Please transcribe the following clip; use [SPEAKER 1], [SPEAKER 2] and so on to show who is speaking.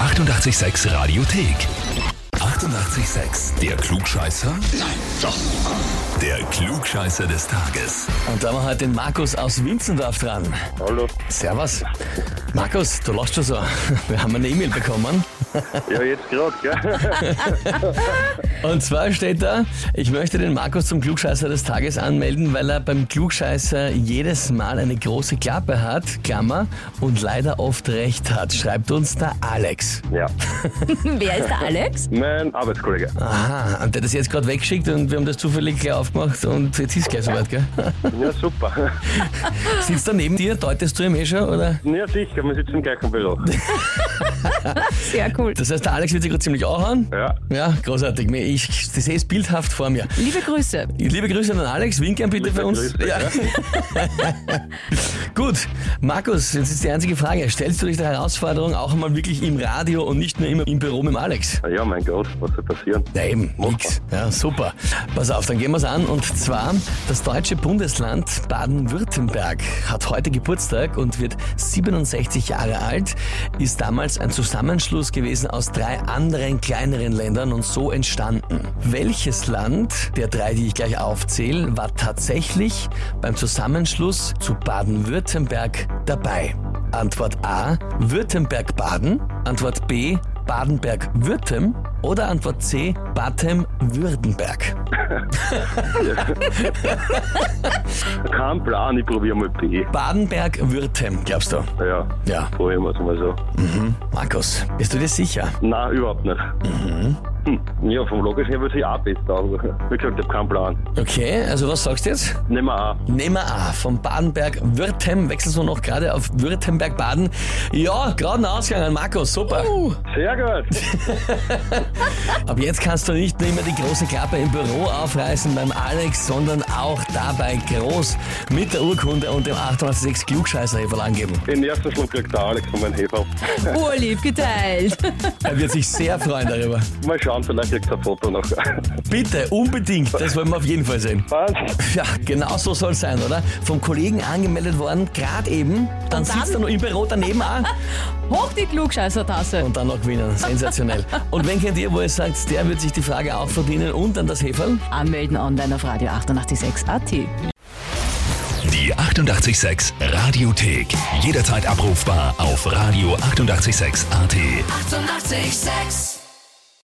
[SPEAKER 1] 886 Radiothek. 88,6. Der Klugscheißer? Nein, doch. Der Klugscheißer des Tages.
[SPEAKER 2] Und da haben wir heute den Markus aus Winzendorf dran.
[SPEAKER 3] Hallo.
[SPEAKER 2] Servus. Markus, du lachst schon so. Wir haben eine E-Mail bekommen.
[SPEAKER 3] Ja, jetzt gerade, gell?
[SPEAKER 2] Und zwar steht da, ich möchte den Markus zum Klugscheißer des Tages anmelden, weil er beim Klugscheißer jedes Mal eine große Klappe hat, Klammer, und leider oft recht hat, schreibt uns der Alex.
[SPEAKER 3] Ja.
[SPEAKER 4] Wer ist der Alex?
[SPEAKER 3] Mein Arbeitskollege.
[SPEAKER 2] Aha, und der hat das jetzt gerade weggeschickt und wir haben das zufällig gleich aufgemacht und jetzt ist gleich soweit, gell?
[SPEAKER 3] Ja, super.
[SPEAKER 2] Sitzt er neben dir, deutest du ihm eh schon, oder?
[SPEAKER 3] Ja, sicher, wir sitzen im gleichen Büro.
[SPEAKER 4] Sehr cool.
[SPEAKER 2] Das heißt, der Alex wird sich gerade ziemlich anhauen.
[SPEAKER 3] Ja.
[SPEAKER 2] Ja, großartig. Ich, ich sehe es bildhaft vor mir.
[SPEAKER 4] Liebe Grüße.
[SPEAKER 2] Liebe Grüße an den Alex, winkern bitte
[SPEAKER 3] Liebe
[SPEAKER 2] für uns.
[SPEAKER 3] Grüße, ja.
[SPEAKER 2] Gut, Markus, jetzt ist die einzige Frage. Stellst du dich der Herausforderung auch einmal wirklich im Radio und nicht nur immer im Büro mit dem Alex?
[SPEAKER 3] Na Ja, mein Gott, was soll passieren?
[SPEAKER 2] Ja, eben, nix. Ja, super. Pass auf, dann gehen wir's an. Und zwar, das deutsche Bundesland Baden-Württemberg hat heute Geburtstag und wird 67 Jahre alt, ist damals ein Zusammenschluss gewesen aus drei anderen kleineren Ländern und so entstanden. Welches Land der drei, die ich gleich aufzähle, war tatsächlich beim Zusammenschluss zu Baden-Württemberg dabei? Antwort A, Württemberg-Baden. Antwort B, Badenberg-Württem. Oder Antwort C, Baden-Württemberg.
[SPEAKER 3] Kein Plan, ich probiere mal B.
[SPEAKER 2] Badenberg-Württem, glaubst du?
[SPEAKER 3] Ja,
[SPEAKER 2] Ja.
[SPEAKER 3] probieren wir es mal so.
[SPEAKER 2] Markus, bist du dir sicher?
[SPEAKER 3] Nein, überhaupt nicht. Hm. Ja, vom Logischen her würde ich auch besser, aber wie gesagt, ich habe keinen Plan.
[SPEAKER 2] Okay, also was sagst du jetzt?
[SPEAKER 3] Nehmen wir A.
[SPEAKER 2] Nehmen wir A, vom Badenberg-Württem wechselst du noch gerade auf Württemberg-Baden. Ja, gerade einen Ausgang an Markus, super.
[SPEAKER 3] Sehr gut.
[SPEAKER 2] Ab jetzt kannst du nicht nur immer die große Klappe im Büro aufreißen beim Alex, sondern auch dabei groß mit der Urkunde und dem 886 klugscheißer angeben.
[SPEAKER 3] Den ersten Schluck kriegt der Alex von meinem Hefer.
[SPEAKER 4] Urlieb geteilt.
[SPEAKER 2] Er wird sich sehr freuen darüber.
[SPEAKER 3] Mal schauen, vielleicht kriegt er ein Foto noch.
[SPEAKER 2] Bitte, unbedingt, das wollen wir auf jeden Fall sehen.
[SPEAKER 3] Was?
[SPEAKER 2] Ja, genau so soll es sein, oder? Vom Kollegen angemeldet worden, gerade eben. Dann,
[SPEAKER 4] Und dann?
[SPEAKER 2] sitzt er noch im Büro daneben an
[SPEAKER 4] Hoch die Klugscheißer-Tasse.
[SPEAKER 2] und dann noch gewinnen. Sensationell. Und wenn kennt ihr, wo ihr sagt, der wird sich die Frage auch verdienen und dann das Heferl?
[SPEAKER 4] Anmelden online auf Radio 886 AT.
[SPEAKER 1] Die 88,6 Radiothek. Jederzeit abrufbar auf radio886.at. 88,6.
[SPEAKER 5] Eighty-eight, sex.